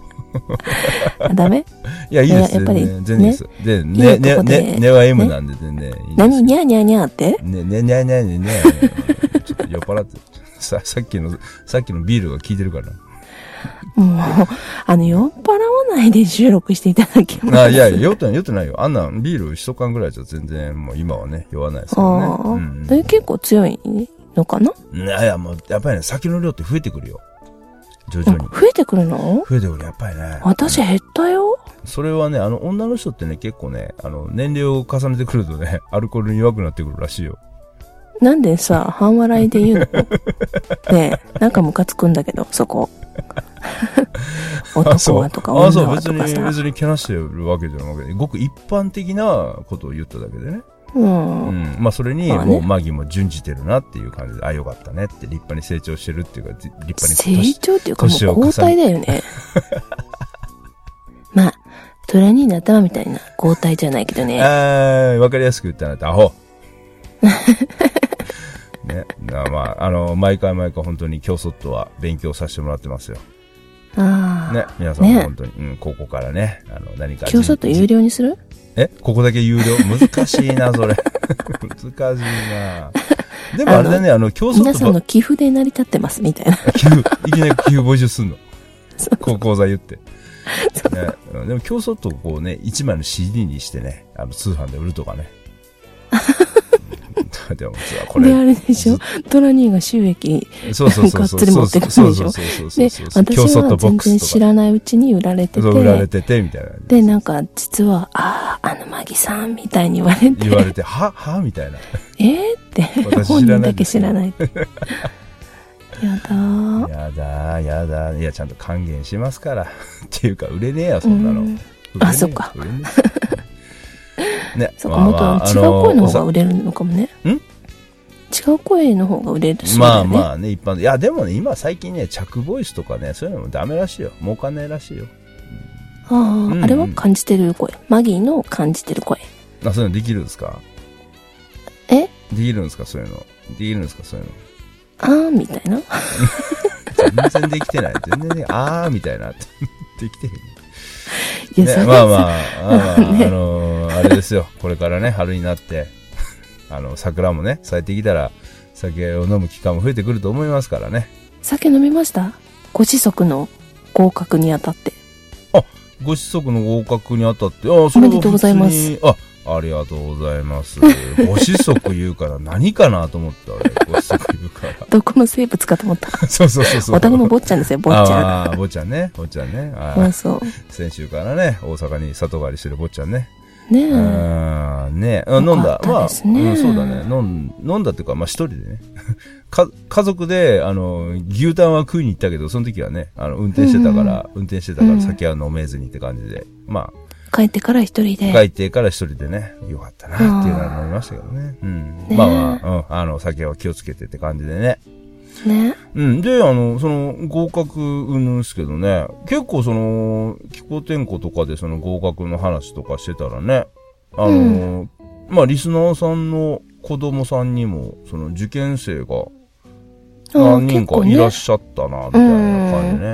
あダメいや、いいです。いややっぱり全然いいです。で、いね、いとね、こでね、ねは M なんで全然いいです。何にゃーにゃーにゃーってね、ね、ね、ね、ね、ね。ちょっと酔っ払って。さ、さっきの、さっきのビールが効いてるから。 (laughs) もう、あの、酔っ払わないで収録していただきます。あいや、酔ってない、酔ってないよ。あんなん、ビール一缶ぐらいじゃ全然、もう今はね、酔わないですあよね。あ、うんえ結構強いのかなうん。いや、もう、やっぱりね、酒の量って増えてくるよ。徐な々んに。か増えてくるの増えてくる、やっぱりね。私減ったよ。それはね、あの、女の人ってね、結構ね、あの、年齢を重ねてくるとね、アルコールに弱くなってくるらしいよ。なんでさ、半笑いで言う (laughs) のねえ、なんかムカつくんだけど、そこ。あ、男そう。はとかあ、女そう、は別とに、かさ。別にけなしてるわけじゃなくて、ごく一般的なことを言っただけでね。う。うんん。まあ、それに、まあねもう、マギも準じてるなっていう感じで、あ、よかったねって、立派に成長してるっていうか、立派に成長っていうかもう年を重ね交代だよね。 (laughs) まあ、トラニーの頭みたいな交代じゃないけどね。えー、わかりやすく言ったなって、アホ。 (laughs) ね、なまあ、あの、毎回毎回本当に教祖とは勉強させてもらってますよ。ああ。ね、皆さんもね本当に、うん、ここからね、あの、何か。今日ちょっと有料料にするえここだけ有 (laughs) 料難しいな、それ。 (laughs) 難しいな。でもあれだね、あの、教祖皆さんとのば、寄付で成り立ってますみたいな。寄付、いきなり寄付募集すんのそ。こう講座言って。ね、うんでも競争とこうね、一枚の CD にしてね、あの通販で売るとかね。なって思うんですよ、これで、。あれでしょドラ兄が収益そうそうそうそう。がっつり持ってかないでしそょうそうそうでそう、そう私は全然知らないうちに売られてそう売られて、てて、みたいな。で、なんか、実は、ああ、あのマギさんみたいに言われて、言われて、ははみたいな。えーって、私本知ら人ないだんでけすよ知 (laughs) らない。やだー。やだー、やだー。いや、ちゃんと還元しますから。 (laughs) っていうか、売れねえよ、そんなの。う売んれねえよあそっか。売れね (laughs) えね、そうか、もっと違う声の方が売れれるのかもね。ん違う声の方が売れるそうだまあよね。まあね、一般で。いや、でもね、今最近ね、着ボイスとかね、そういうのもダメらしいよ。儲かんないらしいよ。ああ、うんあれは感じてる声。マギーの感じてる声。あ、そういうのできるんですかえできるんですかそういうの。できるんですかそういうの。あーみたいな。全然できてない。全然ね、あーみたいな。 (laughs) できてる。いや、ねそれはまあさ、ま (laughs) あ、あーねあのーあれですよ。これからね、春になって、あの、桜もね、咲いてきたら、酒を飲む期間も増えてくると思いますからね。酒飲みましたご子息の合格にあたって。ご子息の合格にあたって、ああ、それは普通におめでとうございます。あ、ありがとうございます。ご子息言うから (laughs) 何かなと思った、俺。ご子息言うか (laughs) どこの生物かと思った。ら。そうそうそうそう。お宅の坊ちゃんですよ、坊ちゃあー坊ちゃんね。坊ちゃんね。あん。うーん、そう。先週からね、大阪に里帰りしてる坊ちゃんね。ねえ。あーねあ飲んよかだっ。またあ、うでん、すねそうだね。飲ん飲んだっていうか、まあ一人でね。 (laughs) か、家族で、あの、牛タンは食いに行ったけど、その時はね、あの、運転してたから、運転してたかうんら酒は飲めずにって感じで。まあ、帰ってから一人で。帰ってから一人でね、よかったなっていうのは思いましたけどね。うん。ねまあまあ、うん、あの、酒は気をつけてって感じでね。ね。うん。で、あの、その、合格うんですけどね、結構その、気候転校とかでその合格の話とかしてたらね、あの、まあ、リスナーさんの子供さんにも、その、受験生があ何人ー結か構いらっね。しゃったな、みたいな感じね。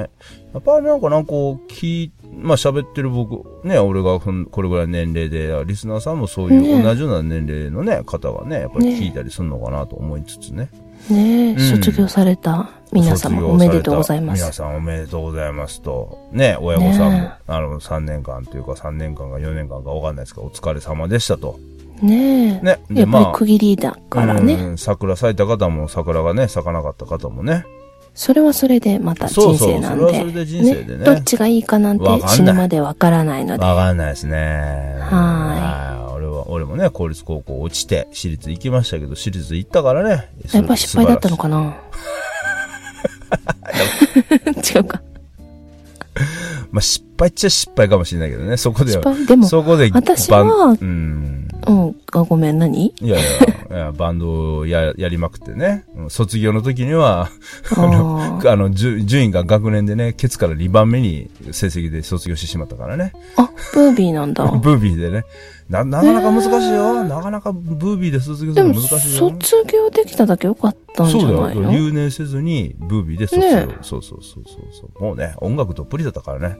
やっぱりなんか、なんかこう、聞い、まあ喋ってる僕、ね、俺がふんこれぐらいの年齢で、リスナーさんもそういうね同じような年齢のね、方がね、やっぱりね聞いたりするのかなと思いつつね。ねえ、うん卒業された皆様おめでとうございま皆す。さんおめでとうございますと、ね、親御さんも、ねあの、3年間というか3年間か4年間かわかんないですけど、お疲れ様でしたと。ねえ。ね、でやっぱり区切りだからね。うん桜咲いた方も桜がね、咲かなかった方もね、それはそれでまた人生なんで。そうそうそれはそれで人生でねどっちがいいかなんてわかんない死ぬまでわからないので。わかんないですね。ははい。俺は、俺もね、公立高校落ちて、私立行きましたけど、私立行ったからね。やっぱ失敗だったのか。かな (laughs) 違うか。まあ、失敗っちゃ失敗かもしれないけどね、そこで失は。敗でも、そこで、私はバンうん。うん、あ、ごめん、何いやいやいや、バンドをや、やりまくってね。うん卒業の時には、 (laughs) あのあの、順順位が学年でね、ケツから2番目に成績で卒業してしまったからね。あ、ブービーなんだ。ブービーでね。な、なかなか難しいへよ。ーなかなかブービーで卒業すでるのも、難しいよ。卒業できただけよかったんじそゃうなだいよ。の留年せずに、ブービーで卒業。ねそうそうそうそうそう。もうね、音楽どっぷりだったからね。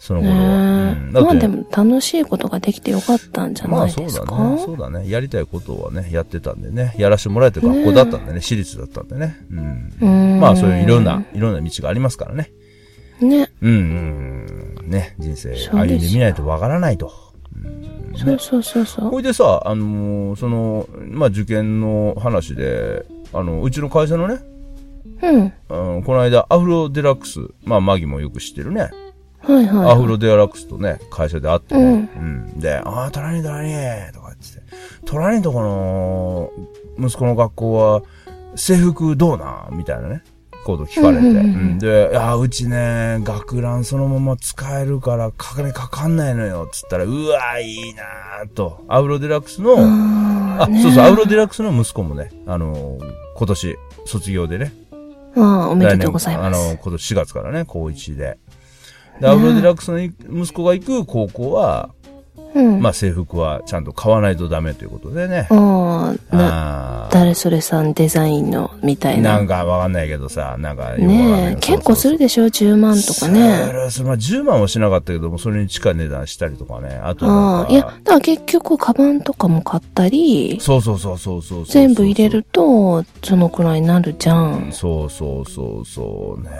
そのね頃は。うんえだってまあでも楽しいことができてよかったんじゃまなあいそうですだか、ね。そうだね。やりたいことはね、やってたんでね。やらしてもらえた学校だったんでね。私立だったんでね。うん。うんまあそういういろんな、いろんな道がありますからね。ね、うんうん。ね、人生そう歩んですよでみないとわからないと。そうそうそうそう。ほいでさ、あのーその、まあ受験の話で、あの、うちの会社のね、うん。あのこの間アフロデラックス、まあマギもよく知ってるね。はいはい。アフロデラックスとね、会社で会ってね。ううんん。で、ああ、トラニートラニーとか言ってて、トラニーとこの息子の学校は制服どうなんみたいなね、こと聞かれて。うんううんうんんで、いやー、うちね、学ランそのまま使えるから、金かかんないのよ、つったら、うわー、いいなーと。アフロデラックスの、あ、そうそう、アフロデラックスの息子もね、あのー今年卒業でね、ああ、おめでとうございま来年あの、す。今年4月からね、高1で。で、アフロデラックスの息子が行く高校は、うん。まあ制服はちゃんと買わないとダメということでね。ああ、な、あー誰それさんデザインの、みたいな。なんかわかんないけどさ、なんかよくわかんないねえ、結構するでしょ ?10 万とかそね。れはそれまあ10万はしなかったけども、それに近い値段したりとかね。あとなんあかあ、いや、だから結局、カバンとかも買ったり、そうそうそうそうそうそうそう。全部入れると、そのくらいになるじゃん。そうそうそうそうね。だ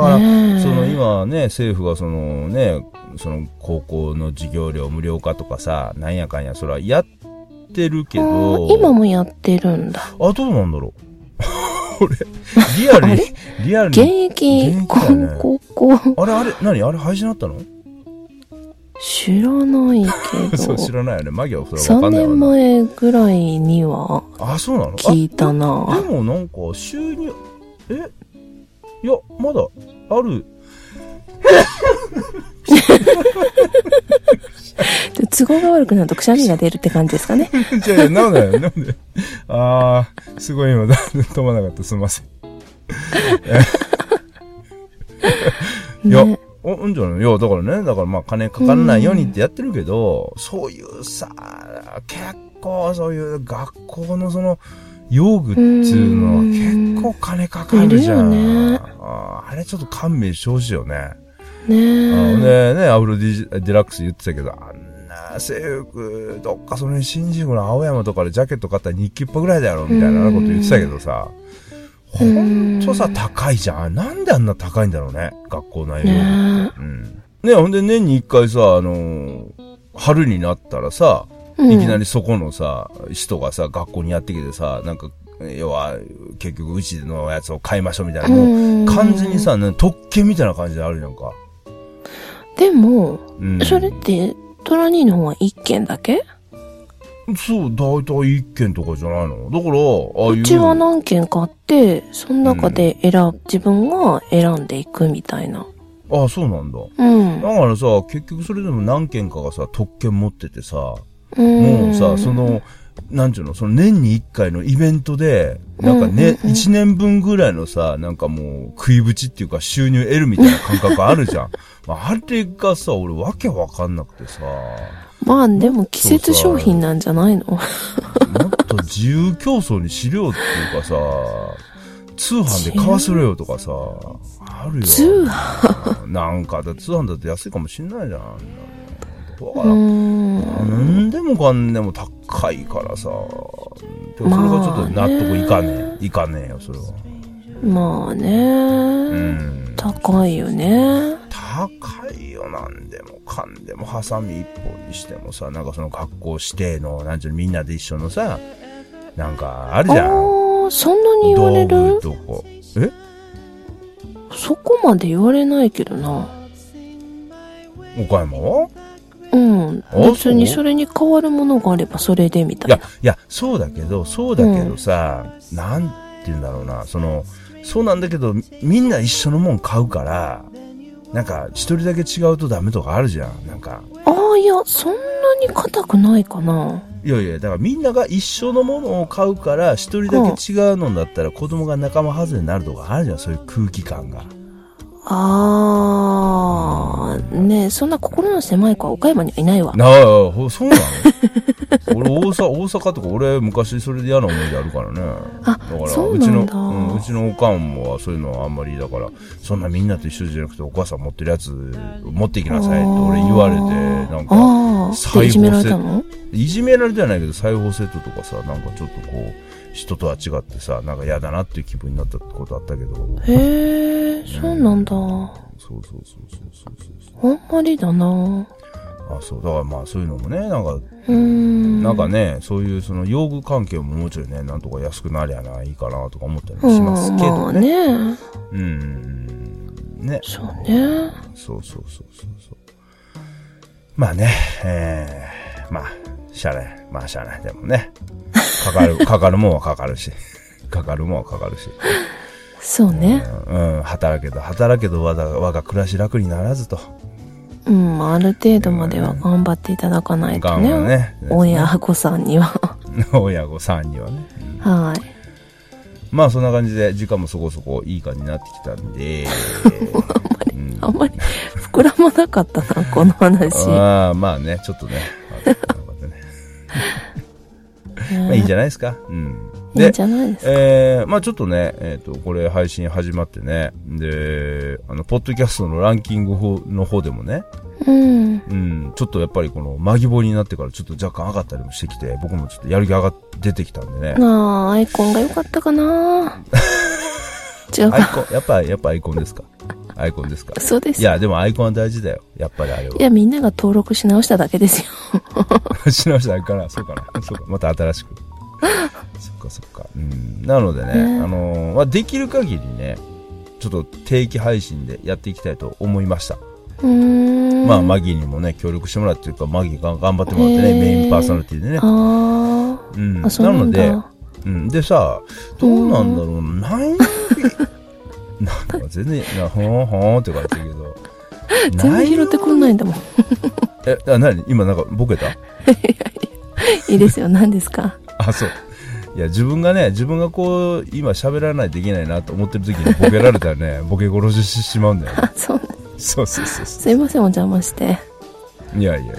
から、ねえその今ね、政府がそのね、その高校の授業料無料化とかさ、なんやかんや、それはやっってるけあど、ー今もやってるんだ。あ、どうなんだろう。 (laughs) 俺、リアルに、リアル現に。役現役だね高校あれあれ、何あれ廃止になったの知らないけ (laughs) そう、知ど、らないよね。マギはそれわか3んないわ年な。前ぐらいにはあ、そうなの聞いたあなでもなんか、収入、えいや、まだ、ある。 (laughs) で都合が悪くなるとくしゃみが出るって感じですかね。じゃあ、なんだよ、なんで。 (laughs) あー、すごい今、 (laughs) だ飛ばなかった。すみません。いやね、おうんじゃないいや、だからね、だからまあ金かからないようにってやってるけど、そういうさ、結構そういう学校のその、用具っていうのはうん結構金かかるじゃん。いるよねあーあれちょっと勘弁してほしいよね。あのねね、え。ね、アフロディデラックス言ってたけど、あんな制服、どっかその辺新宿の青山とかでジャケット買ったら日記っぽぐらいだろ、みたいなこと言ってたけどさ、ほんとさ、高いじゃん。なんであんな高いんだろうね、学校内容具。ねうん。ね、ほんで年に一回さ、あのー春になったらさ、え。うんいきなりそこのさ、人がさ、学校にやってきてさ、なんか、要は、結局うちのやつを買いましょうみたいな、もう、うん完全にさ、ね特権みたいな感じであるやんか。でも、うん。それって、トラ兄の方は一件だけそう、大体一件とかじゃないの。だから、ああいう。うちは何件買って、その中で選、自分が選んでいくみたいな。ああ、そうなんだ。うんだ。からさ、結局それでも何件かがさ、特権持っててさ、ももうさ、そ、の、なんちゅうの、その年に一回のイベントで、なんかね、一、年分ぐらいのさ、なんかもう食いぶちっていうか収入得るみたいな感覚あるじゃ (laughs) ん。まああれがさ、俺わけわかんなくてさ、まあでも季節商品なんじゃないのもっと自由競争にしろよっていうかさ、通販で買わせろよとかさ、あるよ。通販なんかだ、通販だって安いかもしんないじゃん。あんなのだからう、ん。なんでもかんでも高いからさ。でもそれがちょっと納得いかねえ。いかねえよ、それは。まあうね。ん。高いよね。高いよ、なんでもかんでも、ハサミ一本にしてもさ、なんかその学校指定の、なんちゅうのみんなで一緒のさ、なんかあるああじゃん。ー、そんなに言われ道る具とこ。えそこまで言われないけどな。岡山はうん。そう別にそれに変わるものがあればそれでみたいいなや。、いや、そうだけど、そうだけどさ、なんて言うんだろうな、その、そうなんだけど、みみんな一緒のもん買うから、なんか、一人だけ違うとダメとかあるじゃん、なんか。ああ、いや、そんなに硬くないかな。いやいや、だからみんなが一緒のものを買うから、一人だけ違うのだったら子供が仲間外れになるとかあるじゃん、そういう空気感が。ああ、ねえ、そんな心の狭い子は岡山にはいないわ。なあ、ほそうなの (laughs) 俺大阪、大阪とか俺昔それで嫌な思い出あるからね。あだからそううなちの、んだうん、うちのおかんもそういうのはあんまりだから、そんなみんなと一緒じゃなくてお母さん持ってるやつ持っていきなさいって俺言われて、なんか、ああ、裁縫でいじめられたのいじめられてはないけど裁縫セットとかさ、なんかちょっとこう、人とは違ってさ、なんか嫌だなっていう気分になったことあったけど。へえ、そうなんだ。あそうそうそうそうそうそんまりだな。う。あ、そう。だからまあそういうのもね、なんかうーん。なんかね、そういうその用具関係ももうちょいね、なんとか安くなりゃないいかなとか思ったりもしますけまどあね。ね。うん。ね。そうね。そうそうそうそうそう。まあね、えー、まあ、しゃあない。まあしゃあない。でもね、か (laughs) かる、かかるもんはかかるし。かかるもんはかかるし。そうね。うん、働けど、働けど我が、我が暮らし楽にならずと。うん、ある程度までは頑張っていただかないと頑張るね。ね。親御さんには。 (laughs) 親御さんにはね。はい。まあそんな感じで時間もそこそこいい感じになってきたん (laughs) で、うんあんまり膨らまなかったな、この話。あーまあね、ちょっ (laughs) とね。まあいいんじゃないですか。うん。いいでんじ、ゃないですか。えー、まあちょっとね、えっ、と、これ配信始まってね、で、あの、ポッドキャストのランキング方の方でもね、うん。うん、ちょっとやっぱりこの、まぎぼになってからちょっと若干上がったりもしてきて、僕もちょっとやる気上がっ出てきたんでね。なあ、アイ (laughs) コンが良かったかな違うアイコか。ン、やっぱ、やっぱアイコンですか。アイコンですかそうですいや、でもアイコンは大事だよ。やっぱりあれいや、は。みんなが登録し直しただけですよ。し直したから、 (laughs) そうかな。そうか。また新 (laughs) しく。そっかそっか。うん。なのでね、ねあのーまあ、できる限りね、ちょっと定期配信でやっていきたいと思いました。うーん。 (laughs) まあ、マギーにもね、協力してもらってるか、マギーが頑張ってもらってへーね、メインパーソナリティでね。あうん。ーあ、そうななのんだ。で、うん。でさ、どうなんだろう、何曜日なんか全然、なほーんほーんって感じだけど。 (laughs) 全然拾ってこないんだもん。 (laughs) え、あ、なに今なんかボケたいいですよ、何ですか。あ、そう。いや、自分がね、自分がこう、今喋らないといけないなと思ってる時にボケられたらね、 (laughs) ボケ殺ししてしまうんだよね。あ、そうなんそうそうそうそう。すいません、お邪魔して。いやいやいやいや。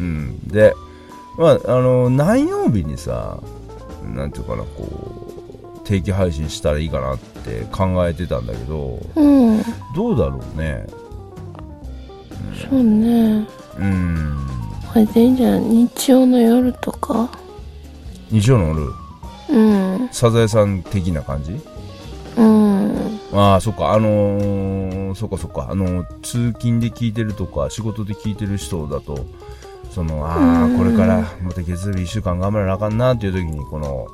うん。で、まあ、あの、何曜日にさ、なんていうかな、こう、定期配信したらいいかなって考えてたんだけど、うん。どうだろうね。そうね。うん。あれでいいんじゃない日曜の夜とか。日曜の夜、うん。サザエさん的な感じうん。ああ、そっか、あのー、そっかそっか、あのー通勤で聞いてるとか、仕事で聞いてる人だと、その、あうあ、んこれから、また月曜日一週間頑張らなあかんなっていう時に、この、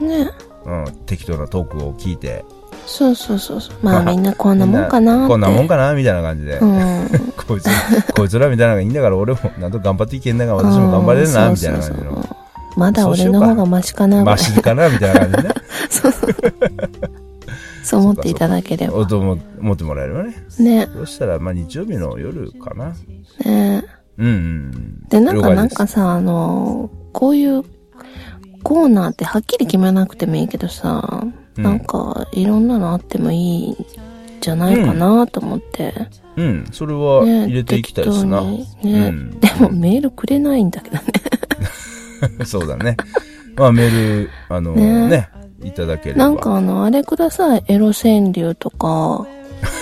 ね。うん、適当なトークを聞いて、そうそうそうそう。まあみんなこんなもんかなって。こんなもんかなみたいな感じで、うん。こいつ、こいつらみたいなのがいいんだから、俺も、なんと頑張っていけんだから、私も頑張れるな、うんみたいなそう感そじうの。そうまだ俺の方がマシかなぐらマい。シかなみたいな感 (laughs) じでね。そうそう。 (laughs) そう思っていただければ (laughs) お。と思思ってもらえればね。ね。そしたら、まあ、日曜日の夜かな。ねうんうん。で、なんか、了解なんですかさ、あの、こういうコーナーってはっきり決めなくてもいいけどさ、うんなんか、いろんなのあってもいいんじゃないかなと思って。うん、それはね入れていきたいですな。適当にねうんでも、メールくれないんだけどね。 (laughs) そうだね。まあメール、あのねねいただければ。なんか、あの、あれください、エロ川柳と (laughs) か。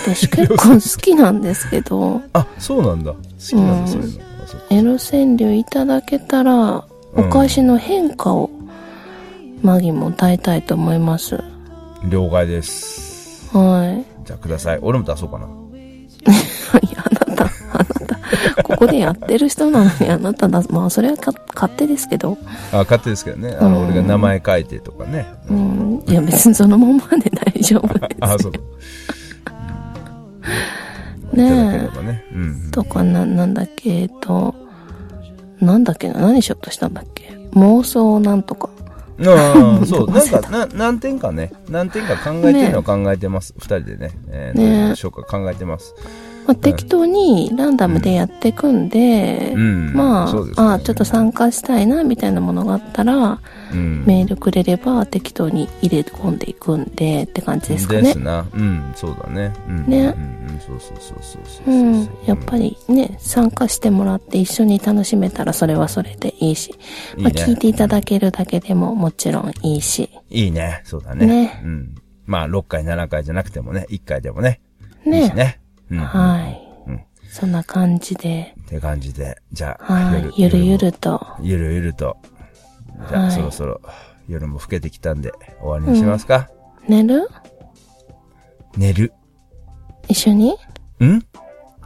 私結構好きなんですけど、あ、そうなんだ。好きなんだ、そういうの。あそうエロ川柳いただけたら、お返しの変化を、マギも耐えたいと思います。了解です。はい。じゃあください。俺も出そうかな。いや、あなた、あなた、ここでやってる人なのにあなただ、まあそれはか勝手ですけど、あ、勝手ですけどね。あの、うん俺が名前書いてとかね。うん、いや別にそのままで大丈夫で (laughs) あ、そう。いただけれすね。ばね。うんうん。とかな、なんだっけ、えっと、なんだっけな、何しようとしたんだっけ。妄想なんとか。あ (laughs) あ、そう。忘れなんたか、な、何点かね。何点か考えてるのは考えてます。二人でね。えー、どういう紹介考えてます。まあ、適当にランダムでやっていくんで、うん。まあ、そうですねあちょっと参加したいなみたいなものがあったら、うんメールくれれば適当に入れ込んでいくんでって感じですかねです。な。うん、そうだね。うん、ねうん、うん、そうそうそうそうそううそう。ん、やっぱりね、参加してもらって一緒に楽しめたらそれはそれでいいし、いいまあ、ね聞いていただけるだけでももちろんいいし、いいね。そうだね。ねうん。まあ、6回、7回じゃなくてもね、1回でもね。いいしね。ね。うん。。はいい。うん。そんな感じで、って感じで。じゃあ、はい。ゆるゆ。ると、ゆるゆると。じゃはあ、いそろそろ、夜も更けてきたんで、終わりにしますか。寝る寝る。一緒にん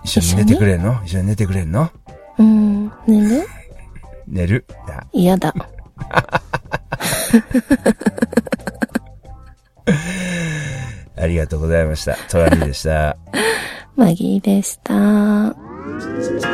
一緒に寝てくれんの一緒に寝てくれんのうん、寝る寝る。じゃあ嫌だ。ありがとうございました。トラリーでした。マギーでした。 「